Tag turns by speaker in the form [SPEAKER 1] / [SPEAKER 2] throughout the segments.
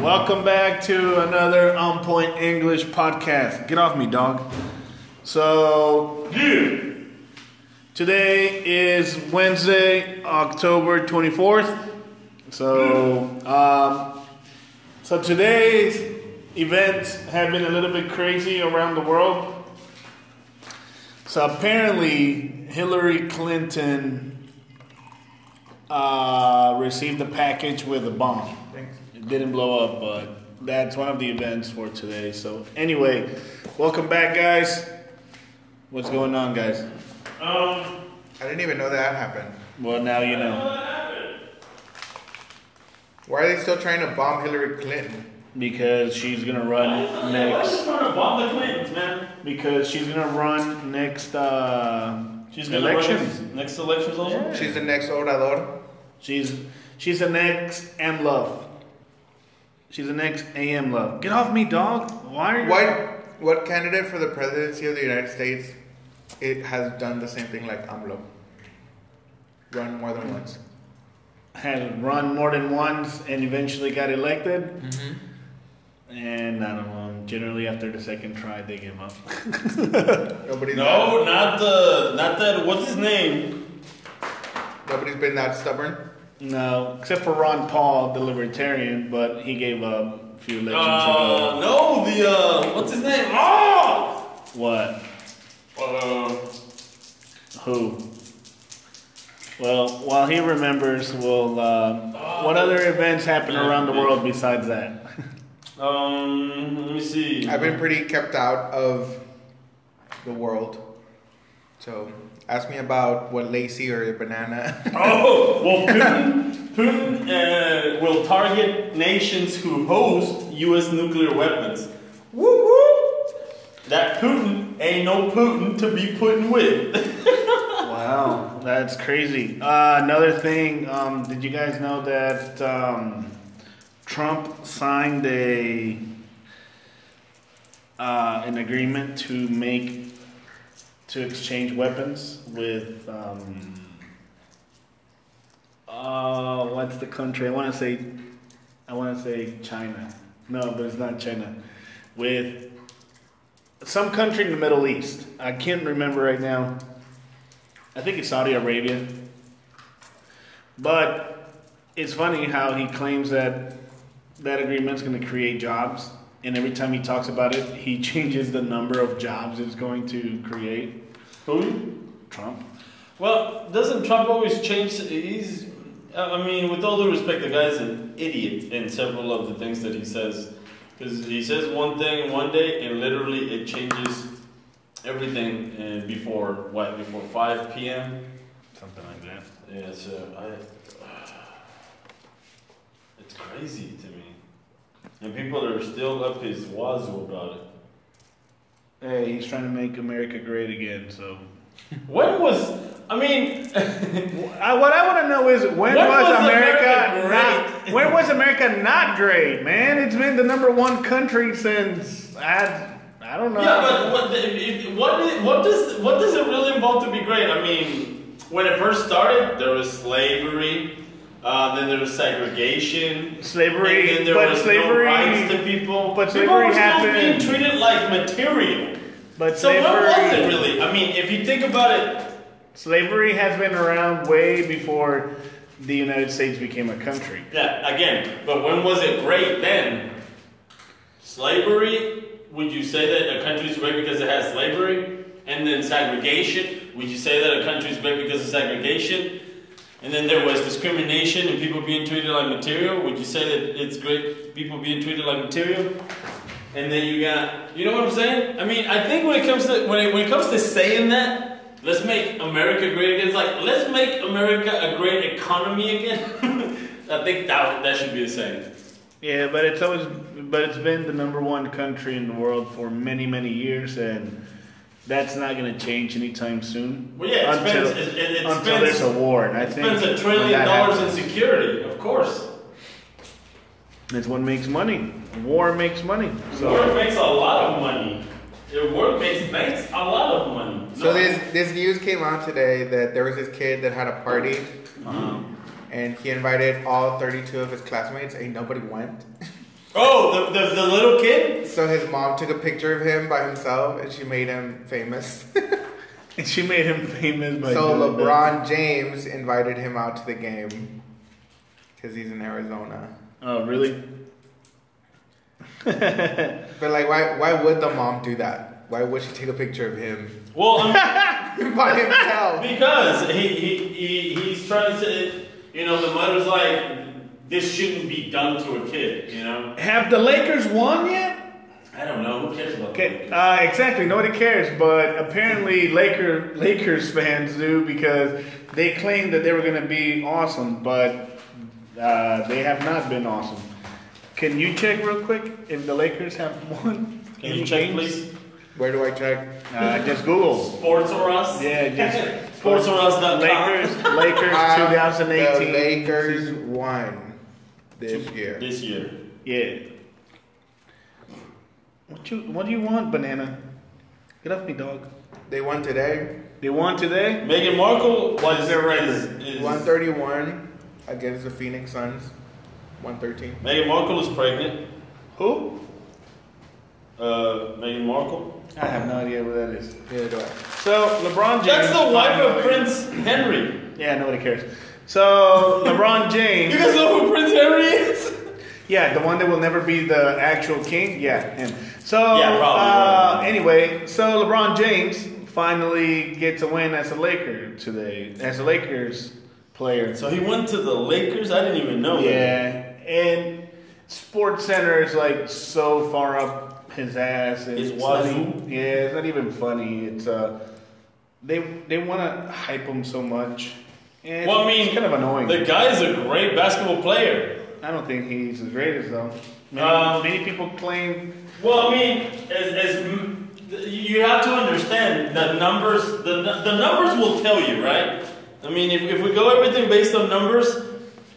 [SPEAKER 1] Welcome back to another On Point English podcast. Get off me, dog. So, today is Wednesday, October 24th. So, um, so today's events have been a little bit crazy around the world. So apparently, Hillary Clinton uh, received a package with a bomb. It didn't blow up, but that's one of the events for today. So anyway, welcome back, guys. What's going on, guys?
[SPEAKER 2] Um,
[SPEAKER 3] I didn't even know that happened.
[SPEAKER 1] Well, now you know
[SPEAKER 3] Why are they still trying to bomb Hillary Clinton?
[SPEAKER 1] because she's gonna run next.
[SPEAKER 2] trying to bomb the Clintons, man.
[SPEAKER 1] Because she's gonna run next. Uh,
[SPEAKER 2] She's gonna election. Run next election's also.
[SPEAKER 3] She's the next Obrador.
[SPEAKER 1] She's she's an ex am love. She's an ex am love. Get off me, dog. Why are you?
[SPEAKER 3] What what candidate for the presidency of the United States it has done the same thing like AMLO? Run more than once.
[SPEAKER 1] Had run more than once and eventually got elected. And I don't know. Generally, after the second try, they give up.
[SPEAKER 3] Nobody's
[SPEAKER 2] No, not the, not that. What's his name?
[SPEAKER 3] that, nobody's been that stubborn.
[SPEAKER 1] no, except for Ron Paul, the libertarian, but he gave up a few elections
[SPEAKER 2] Uh,
[SPEAKER 1] ago.
[SPEAKER 2] no, the uh, what's his name? Oh,
[SPEAKER 1] What?
[SPEAKER 2] uh,
[SPEAKER 1] Who? Well, while he remembers, we'll. Uh, what other events happen around the world besides that?
[SPEAKER 2] uh, um, let me see.
[SPEAKER 3] I've been pretty kept out of the world. So ask me about what Lacey or a banana.
[SPEAKER 2] Oh, well, Putin, Putin uh, will target nations who host U.S. nuclear weapons. Woo woo! That Putin ain't no Putin to be Putin with.
[SPEAKER 1] Wow, that's crazy. Uh, another thing, um, did you guys know that um, Trump signed a uh, an agreement to make to exchange weapons with um, uh, what's the country? I want to say I want to say China. No, but it's not China. With some country in the Middle East. I can't remember right now. I think it's Saudi Arabia. But it's funny how he claims that that agreement's going to create jobs, and every time he talks about it, he changes the number of jobs it's going to create.
[SPEAKER 2] Putin?
[SPEAKER 1] Trump.
[SPEAKER 2] Well, doesn't Trump always change? He's, I I mean, with all due respect, the guy's an idiot in several of the things that he says. Because he says one thing one day, and literally it changes everything uh, before what? Before 5 p.m.
[SPEAKER 1] Something like that.
[SPEAKER 2] Yeah, so I. It's crazy to me, and people are still up his wazoo about it.
[SPEAKER 1] Hey, he's trying to make America great again. So,
[SPEAKER 2] When was? I mean,
[SPEAKER 1] I, what I want to know is when,
[SPEAKER 2] When
[SPEAKER 1] was,
[SPEAKER 2] was
[SPEAKER 1] America,
[SPEAKER 2] America
[SPEAKER 1] not?
[SPEAKER 2] great?
[SPEAKER 1] When was America not great, man? It's been the number one country since I. I don't know.
[SPEAKER 2] Yeah, but what, the- if, if, what, is, what does what does it really involve to be great? I mean, when it first started, there was slavery, uh, then there was segregation,
[SPEAKER 1] Slavery,
[SPEAKER 2] and then there
[SPEAKER 1] but
[SPEAKER 2] was
[SPEAKER 1] slavery-
[SPEAKER 2] no rights to people.
[SPEAKER 1] but
[SPEAKER 2] people
[SPEAKER 1] slavery
[SPEAKER 2] were still
[SPEAKER 1] happened-
[SPEAKER 2] being treated like material.
[SPEAKER 1] But
[SPEAKER 2] So
[SPEAKER 1] slavery,
[SPEAKER 2] what was it really? I mean, if you think about it,
[SPEAKER 1] Slavery has been around way before the United States became a country.
[SPEAKER 2] yeah, again, but when was it great then? Slavery? Would you say that a country's great because it has slavery? And then segregation? Would you say that a country's great because of segregation? And then there was discrimination and people being treated like material. Would you say that it's great people being treated like material? And then you got, you know what I'm saying? I mean, I think when it comes to when it, when it comes to saying that, let's make America great again. It's like let's make America a great economy again. I think that that should be the same.
[SPEAKER 1] Yeah, but it's always, but it's been the number one country in the world for many, many years, and that's not going to change anytime soon.
[SPEAKER 2] Well, yeah, it
[SPEAKER 1] until,
[SPEAKER 2] spends- it- it- it
[SPEAKER 1] until
[SPEAKER 2] spends-
[SPEAKER 1] there's a war, and I
[SPEAKER 2] It
[SPEAKER 1] think
[SPEAKER 2] spends a
[SPEAKER 1] when
[SPEAKER 2] trillion
[SPEAKER 1] that
[SPEAKER 2] dollars
[SPEAKER 1] happens-
[SPEAKER 2] in security, of course.
[SPEAKER 1] That's what makes money. War makes money.
[SPEAKER 2] Work
[SPEAKER 1] So
[SPEAKER 2] makes a lot of money. Your work makes makes a lot of money.
[SPEAKER 3] So this this news came out today that there was this kid that had a party
[SPEAKER 2] Uh-huh.
[SPEAKER 3] and he invited all 32 of his classmates and nobody went.
[SPEAKER 2] Oh, the, the, the little kid?
[SPEAKER 3] So his mom took a picture of him by himself and she made him famous.
[SPEAKER 1] And she made him famous by
[SPEAKER 3] so
[SPEAKER 1] doing that.
[SPEAKER 3] LeBron James invited him out to the game because he's in Arizona.
[SPEAKER 1] Oh, really?
[SPEAKER 3] But like, why? Why would the mom do that? Why would she take a picture of him
[SPEAKER 2] Well, I'm,
[SPEAKER 3] by himself?
[SPEAKER 2] because he, he, he, he's trying to say, you know, the mother's like, this shouldn't be done to a kid, you know?
[SPEAKER 1] Have the Lakers won yet?
[SPEAKER 2] I don't know. Who cares about
[SPEAKER 1] Okay,
[SPEAKER 2] that?
[SPEAKER 1] uh, exactly. Nobody cares, but apparently Laker Lakers fans do because they claimed that they were going to be awesome, but uh, they have not been awesome. Can you check real quick if the Lakers have won?
[SPEAKER 2] Can
[SPEAKER 1] any
[SPEAKER 2] you check,
[SPEAKER 1] games?
[SPEAKER 2] please?
[SPEAKER 3] Where do I check?
[SPEAKER 1] Uh, just Google.
[SPEAKER 2] Sports or us?
[SPEAKER 1] Yeah, just
[SPEAKER 2] Sportsorus.com.
[SPEAKER 1] Lakers. Lakers
[SPEAKER 3] Um,
[SPEAKER 1] 2018.
[SPEAKER 3] The Lakers won this year.
[SPEAKER 2] This year.
[SPEAKER 1] Yeah. What you What do you want, banana? Get off me, dog.
[SPEAKER 3] They won today,
[SPEAKER 1] They won today.
[SPEAKER 2] Meghan Markle was
[SPEAKER 1] their
[SPEAKER 2] is,
[SPEAKER 1] record?
[SPEAKER 2] is,
[SPEAKER 3] one thirty-one against the Phoenix Suns, one thirteen.
[SPEAKER 2] Meghan Markle is pregnant.
[SPEAKER 1] Who?
[SPEAKER 2] Uh, Meghan Markle.
[SPEAKER 1] I have no idea what that is.
[SPEAKER 3] Neither do I.
[SPEAKER 1] So LeBron James.
[SPEAKER 2] That's the wife of Prince Henry.
[SPEAKER 1] Yeah, nobody cares. So LeBron
[SPEAKER 2] You
[SPEAKER 1] James.
[SPEAKER 2] guys know who Prince Henry is?
[SPEAKER 1] Yeah, the one that will never be the actual king. Yeah, him. So
[SPEAKER 2] Yeah,
[SPEAKER 1] uh,
[SPEAKER 2] probably.
[SPEAKER 1] anyway, so LeBron James finally gets a win as a Laker today, as a Lakers player.
[SPEAKER 2] So he went to the Lakers. I didn't even know. that.
[SPEAKER 1] Yeah, and Sports Center is like so far up his ass. and
[SPEAKER 2] It's
[SPEAKER 1] not
[SPEAKER 2] wazoo.
[SPEAKER 1] even- yeah, it's not even funny. It's uh, they they want to hype him so much. And
[SPEAKER 2] Well, I mean,
[SPEAKER 1] it's kind of annoying.
[SPEAKER 2] The guy is a great basketball player.
[SPEAKER 1] I don't think he's the greatest though. Many,
[SPEAKER 2] Um,
[SPEAKER 1] many people claim.
[SPEAKER 2] Well, I mean, as, as m- you have to understand the numbers. The, nu- the numbers will tell you, right? I mean, if, if we go everything based on numbers,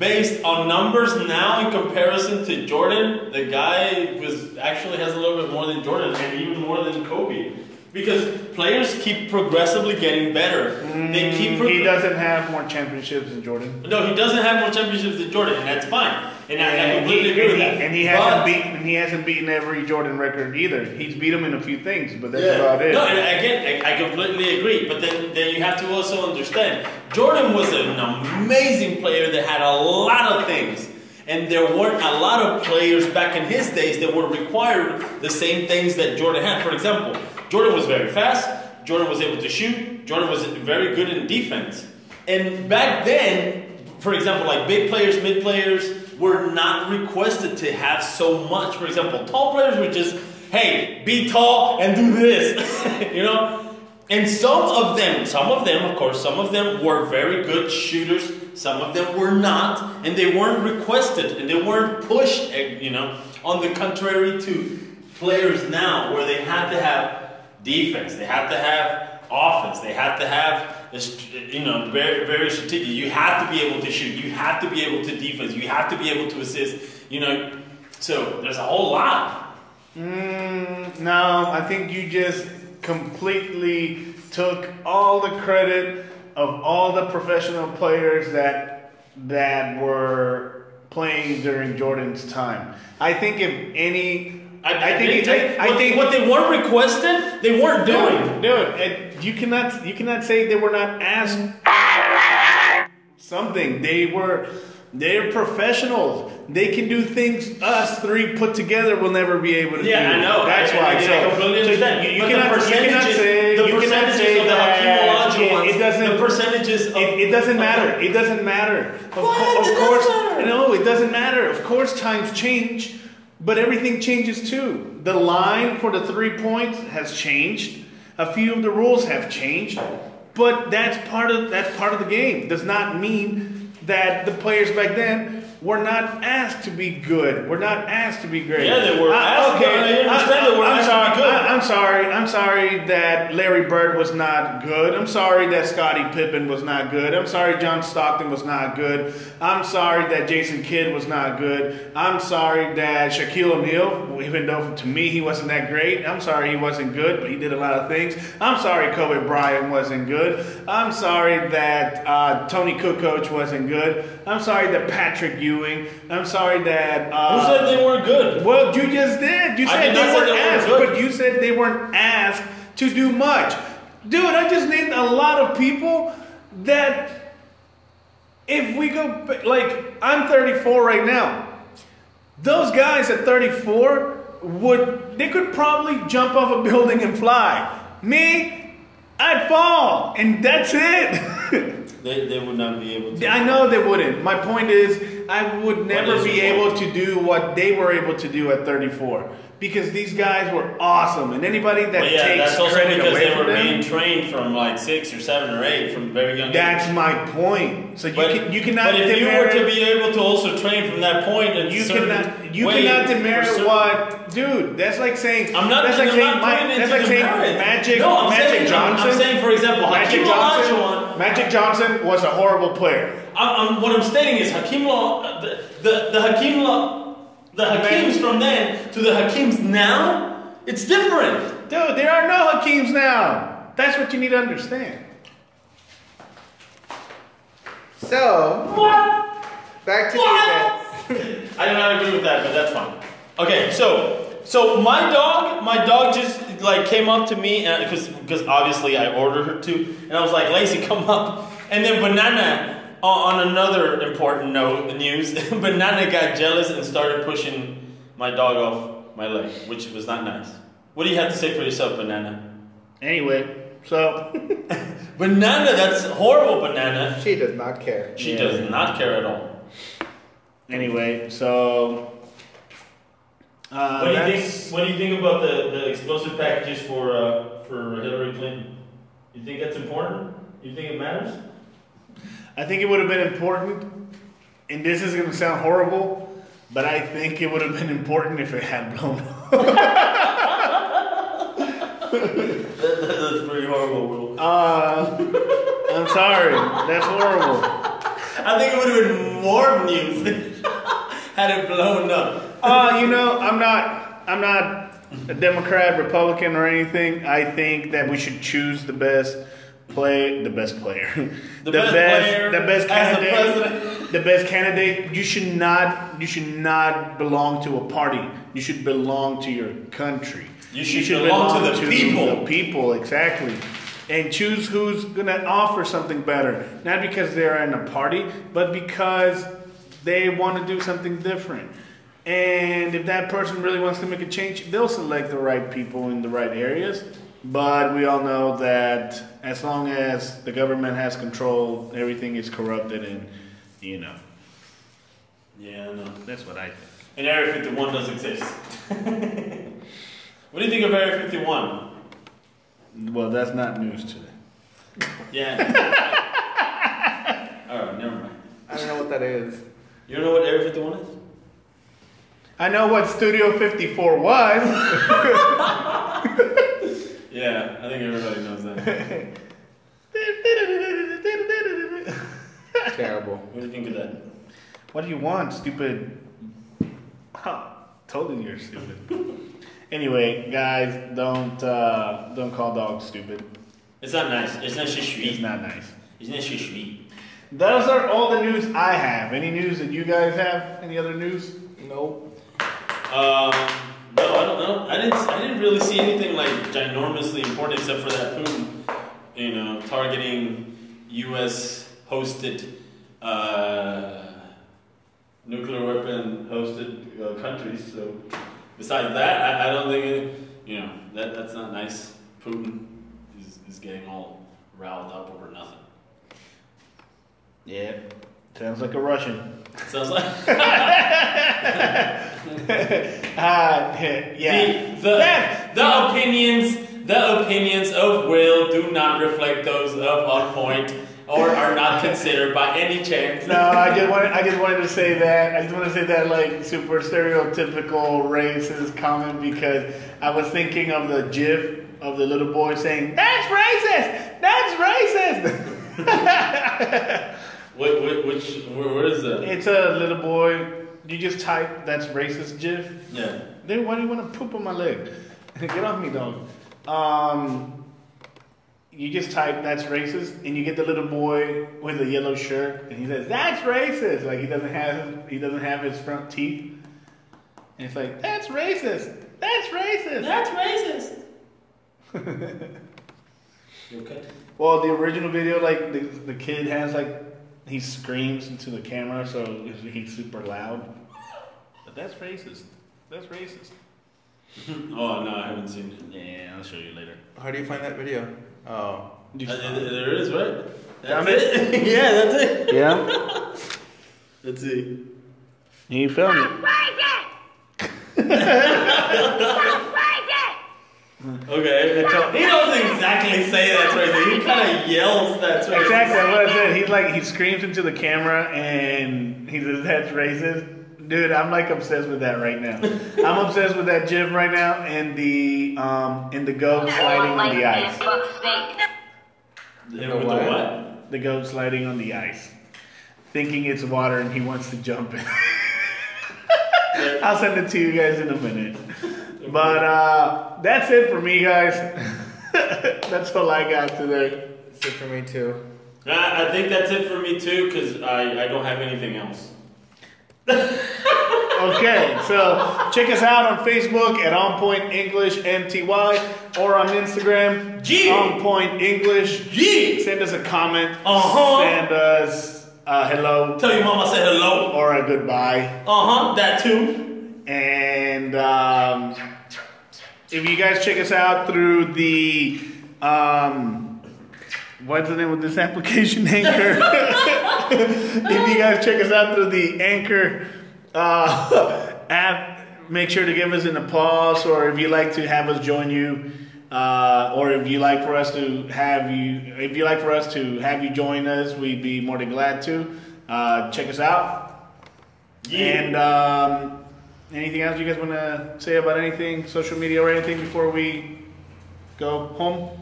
[SPEAKER 2] based on numbers now in comparison to Jordan, the guy was actually has a little bit more than Jordan, and even more than Kobe. Because players keep progressively getting better. They keep
[SPEAKER 1] Mm, he
[SPEAKER 2] progressively
[SPEAKER 1] doesn't have more championships than Jordan.
[SPEAKER 2] No, he doesn't have more championships than Jordan, and that's fine. And I, I
[SPEAKER 1] And he,
[SPEAKER 2] completely agree with
[SPEAKER 1] and he-
[SPEAKER 2] that.
[SPEAKER 1] and he
[SPEAKER 2] But-
[SPEAKER 1] hasn't beaten he hasn't beaten every Jordan record either. He's beat him in a few things, but that's about it.
[SPEAKER 2] No, and again, I, I completely agree. But then, then you have to also understand, Jordan was an amazing player that had a lot of things. And there weren't a lot of players back in his days that were required the same things that Jordan had. For example, Jordan was very fast. Jordan was able to shoot. Jordan was very good in defense. And back then, for example, like big players, mid players were not requested to have so much. For example, tall players were just, hey, be tall and do this, you know. And some of them, some of them, of course, some of them were very good shooters. Some of them were not, and they weren't requested and they weren't pushed. eh, You know, on the contrary to players now, where they had to have defense, they had to have offense, they have to have a st- you know very very strategic. You have to be able to shoot. You have to be able to defense. You have to be able to assist. You know, so there's a whole lot.
[SPEAKER 1] Mm, no, I think you just completely took all the credit of all the professional players that that were playing during Jordan's time. I think if any, I, think
[SPEAKER 2] did
[SPEAKER 1] it- I,
[SPEAKER 2] take-
[SPEAKER 1] I
[SPEAKER 2] what,
[SPEAKER 1] think
[SPEAKER 2] what they weren't requested, they weren't
[SPEAKER 1] dude,
[SPEAKER 2] doing.
[SPEAKER 1] dude, it, you cannot you cannot say they were not asked something. They were they're professionals. They can do things us three put together will never be able to
[SPEAKER 2] Yeah,
[SPEAKER 1] do.
[SPEAKER 2] I know.
[SPEAKER 1] That's
[SPEAKER 2] I- I-
[SPEAKER 1] why.
[SPEAKER 2] I
[SPEAKER 1] so,
[SPEAKER 2] completely
[SPEAKER 1] so
[SPEAKER 2] understand.
[SPEAKER 1] You, you
[SPEAKER 2] But
[SPEAKER 1] cannot,
[SPEAKER 2] the
[SPEAKER 1] you cannot
[SPEAKER 2] percentages-
[SPEAKER 1] say
[SPEAKER 2] the
[SPEAKER 1] you cannot
[SPEAKER 2] percentages
[SPEAKER 1] say
[SPEAKER 2] of the
[SPEAKER 1] that
[SPEAKER 2] Hakeem Olajuwon ones,
[SPEAKER 1] it, it doesn't.
[SPEAKER 2] The percentages of
[SPEAKER 1] it, it doesn't matter. It doesn't matter. Of,
[SPEAKER 2] What? It
[SPEAKER 1] of
[SPEAKER 2] doesn't
[SPEAKER 1] course,
[SPEAKER 2] matter.
[SPEAKER 1] no, it doesn't matter. Of course, times change, but everything changes too. The line for the three points has changed. A few of the rules have changed, but that's part of that's part of the game. Does not mean that the players back then were not asked to be good. Were not asked to be great.
[SPEAKER 2] Yeah, they were
[SPEAKER 1] I-
[SPEAKER 2] asked,
[SPEAKER 1] okay,
[SPEAKER 2] but I understand
[SPEAKER 1] I,
[SPEAKER 2] they were
[SPEAKER 1] am
[SPEAKER 2] asked to
[SPEAKER 1] sorry.
[SPEAKER 2] be good.
[SPEAKER 1] I- I'm sorry. I'm sorry that Larry Bird was not good. I'm sorry that Scottie Pippen was not good. I'm sorry John Stockton was not good. I'm sorry that Jason Kidd was not good. I'm sorry that Shaquille O'Neal, even though to me he wasn't that great, I'm sorry he wasn't good, but he did a lot of things. I'm sorry Kobe Bryant wasn't good. I'm sorry that uh, Tony Kukoc wasn't good. I'm sorry that Patrick Ewing doing. I'm sorry, Dad.
[SPEAKER 2] Who
[SPEAKER 1] Uh,
[SPEAKER 2] said they weren't good?
[SPEAKER 1] Well, you just did. You
[SPEAKER 2] I
[SPEAKER 1] said they
[SPEAKER 2] did not say
[SPEAKER 1] weren't
[SPEAKER 2] they weren't
[SPEAKER 1] asked,
[SPEAKER 2] good.
[SPEAKER 1] but you said they weren't asked to do much. Dude, I just named a lot of people that if we go ba- like I'm 34 right now. Those guys at 34 would they could probably jump off a building and fly. Me, I'd fall, and that's it.
[SPEAKER 2] They, they would not be able to.
[SPEAKER 1] I know they wouldn't. My point is, I would never
[SPEAKER 2] is
[SPEAKER 1] be
[SPEAKER 2] your
[SPEAKER 1] able to do what they were able to do at 34 because these guys were awesome. And anybody that
[SPEAKER 2] But yeah,
[SPEAKER 1] takes
[SPEAKER 2] that's also
[SPEAKER 1] credit
[SPEAKER 2] because
[SPEAKER 1] away
[SPEAKER 2] they were
[SPEAKER 1] from them,
[SPEAKER 2] being trained from like six or seven or eight from very young age.
[SPEAKER 1] that's my point. So you can, you cannot
[SPEAKER 2] but if you were
[SPEAKER 1] demerit
[SPEAKER 2] to be able to also train from that point, and
[SPEAKER 1] you
[SPEAKER 2] certain
[SPEAKER 1] cannot you
[SPEAKER 2] way
[SPEAKER 1] cannot
[SPEAKER 2] for
[SPEAKER 1] demerit
[SPEAKER 2] certain-
[SPEAKER 1] what dude. That's like saying
[SPEAKER 2] I'm not.
[SPEAKER 1] That's like
[SPEAKER 2] I'm
[SPEAKER 1] saying
[SPEAKER 2] not
[SPEAKER 1] my-
[SPEAKER 2] pointing
[SPEAKER 1] that's
[SPEAKER 2] to
[SPEAKER 1] like
[SPEAKER 2] the
[SPEAKER 1] saying
[SPEAKER 2] merit.
[SPEAKER 1] Magic
[SPEAKER 2] No, I'm
[SPEAKER 1] Magic
[SPEAKER 2] saying, I'm-
[SPEAKER 1] Johnson.
[SPEAKER 2] I'm saying, for example,
[SPEAKER 1] Magic
[SPEAKER 2] Hakeem
[SPEAKER 1] Johnson.
[SPEAKER 2] Olajuwon.
[SPEAKER 1] Magic Johnson was a horrible player.
[SPEAKER 2] I'm, I'm, what I'm stating is Hakeem Law, the, the, the Hakeem Law, the Hakeems from then to the Hakeems now, it's different.
[SPEAKER 1] Dude, there are no Hakeems now. That's what you need to understand.
[SPEAKER 3] So,
[SPEAKER 2] What?
[SPEAKER 3] back to
[SPEAKER 2] What?
[SPEAKER 3] the
[SPEAKER 2] I do not agree with that, but that's fine. Okay, so so my dog, my dog just like came up to me and because because obviously I ordered her to, and I was like, Lacey, come up. And then banana o- on another important note news, banana got jealous and started pushing my dog off my leg, which was not nice. What do you have to say for yourself, banana?
[SPEAKER 1] Anyway, so
[SPEAKER 2] Banana, that's horrible, banana.
[SPEAKER 3] event. She does not care.
[SPEAKER 2] She
[SPEAKER 1] Yeah.
[SPEAKER 2] does not care at all.
[SPEAKER 1] Anyway, so. Uh,
[SPEAKER 2] What do you
[SPEAKER 1] that's-
[SPEAKER 2] think? What do you think about the, the explosive packages for uh, for Hillary Clinton? You think that's important? You think it matters?
[SPEAKER 1] I think it would have been important, and this is going to sound horrible, but I think it would have been important if it had blown up.
[SPEAKER 2] That, that, that's pretty horrible, bro.
[SPEAKER 1] Uh, I'm sorry, that's horrible.
[SPEAKER 2] I think it would have been more news had it blown up.
[SPEAKER 1] Uh, you know, I'm not, I'm not a Democrat, Republican, or anything. I think that we should choose the best play, the best player,
[SPEAKER 2] The best player
[SPEAKER 1] the best
[SPEAKER 2] as the
[SPEAKER 1] candidate.
[SPEAKER 2] president.
[SPEAKER 1] the best candidate you should not you should not belong to a party you should belong to your country
[SPEAKER 2] You should belong to the people.
[SPEAKER 1] the people exactly and choose who's going to offer something better not because they're in a party but because they want to do something different and if that person really wants to make a change they'll select the right people in the right areas but we all know that as long as the government has control everything is corrupted and you know
[SPEAKER 2] Yeah, I know.
[SPEAKER 1] that's what I think.
[SPEAKER 2] And Area 51 does exist. what do you think of Area 51?
[SPEAKER 1] Well, that's not news today.
[SPEAKER 2] Yeah. All right, never mind.
[SPEAKER 3] I don't know what that is.
[SPEAKER 2] You don't know what Area 51 is?
[SPEAKER 1] I know what Studio 54 was.
[SPEAKER 2] Yeah, I think everybody knows that.
[SPEAKER 3] Terrible.
[SPEAKER 2] What do you think of that?
[SPEAKER 1] what do you want, stupid? Huh, totally you're stupid. anyway, guys, don't uh, don't call dogs stupid.
[SPEAKER 2] It's not nice. It's not
[SPEAKER 1] It's
[SPEAKER 2] shishvi.
[SPEAKER 1] not nice.
[SPEAKER 2] It's not shishvi.
[SPEAKER 1] Those are all the news I have. Any news that you guys have? Any other news?
[SPEAKER 3] Nope.
[SPEAKER 2] Um, no, I don't know. I didn't. I didn't really see anything like ginormously important except for that Putin, you know, targeting U.S. hosted uh, nuclear weapon hosted uh, countries. So besides that, I, I don't think it, you know that that's not nice. Putin is, is getting all riled up over nothing.
[SPEAKER 1] Yeah. Sounds like a Russian.
[SPEAKER 2] Sounds like
[SPEAKER 1] Ah, Uh, yeah.
[SPEAKER 2] The, the,
[SPEAKER 1] Yeah.
[SPEAKER 2] the opinions the opinions of Will do not reflect those of on point or are not considered by any chance.
[SPEAKER 1] No, I just wanted. I just wanted to say that. I just want to say that like super stereotypical racist comment because I was thinking of the GIF of the little boy saying, "That's racist. That's racist."
[SPEAKER 2] What, what, which where, where is that?
[SPEAKER 1] it's a little boy. You just type "That's racist" GIF.
[SPEAKER 2] Yeah.
[SPEAKER 1] Then why do you want to poop on my leg? Get off me, dog. Um, you just type "that's racist" and you get the little boy with the yellow shirt, and he says "that's racist." Like he doesn't have he doesn't have his front teeth, and it's like "that's racist." That's racist.
[SPEAKER 2] That's racist. You okay?
[SPEAKER 1] Well, the original video, like the, the kid has like he screams into the camera, so he's super loud. But that's racist. That's racist.
[SPEAKER 2] Oh no, I haven't seen it.
[SPEAKER 1] Yeah, I'll show you later.
[SPEAKER 3] How do you find that video? Oh.
[SPEAKER 2] Uh, there- there it is, right?
[SPEAKER 1] Found
[SPEAKER 2] That's it. yeah, that's it.
[SPEAKER 1] Yeah,
[SPEAKER 2] Let's see.
[SPEAKER 1] you filmed it.
[SPEAKER 2] Okay. He doesn't exactly say that's racist. He kind of yells that's racist.
[SPEAKER 1] Exactly that's what I said. He's like he screams into the camera and he says that's racist. Dude, I'm like obsessed with that right now. I'm obsessed with that gym right now and the um and the goat sliding on the ice.
[SPEAKER 2] With
[SPEAKER 3] You
[SPEAKER 2] the
[SPEAKER 3] know
[SPEAKER 2] what?
[SPEAKER 3] what?
[SPEAKER 1] The goat sliding on the ice. Thinking it's water and he wants to jump in. I'll send it to you guys in a minute. But uh that's it for me guys. that's all I got today.
[SPEAKER 3] It's it for me too.
[SPEAKER 2] I, I think that's it for me too, because I, I don't have anything else.
[SPEAKER 1] Okay, so check us out on Facebook at On Point English MTY or on Instagram
[SPEAKER 2] Yeah.
[SPEAKER 1] On Point English.
[SPEAKER 2] Yeah.
[SPEAKER 1] Send us a comment.
[SPEAKER 2] Uh-huh.
[SPEAKER 1] Send us a hello
[SPEAKER 2] Tell your mama I said hello.
[SPEAKER 1] or a goodbye.
[SPEAKER 2] Uh huh. That too.
[SPEAKER 1] And um, if you guys check us out through the um, what's the name of this application anchor? if you guys check us out through the anchor uh, app, make sure to give us an applause, or if you like to have us join you, uh, or if you like for us to have you, if you like for us to have you join us, we'd be more than glad to. Uh, check us out.
[SPEAKER 2] Yeah.
[SPEAKER 1] And um, anything else you guys want to say about anything, social media or anything before we go home?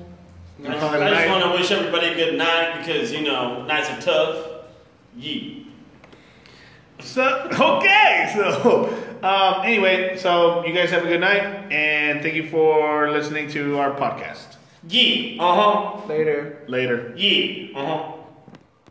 [SPEAKER 2] I just, I just want to wish everybody a good night because you know nights are tough. Yeah.
[SPEAKER 1] So okay, so um, anyway, so you guys have a good night, and thank you for listening to our podcast.
[SPEAKER 2] Yeah. Uh huh.
[SPEAKER 3] Later.
[SPEAKER 1] Later.
[SPEAKER 2] Yeah. Uh huh.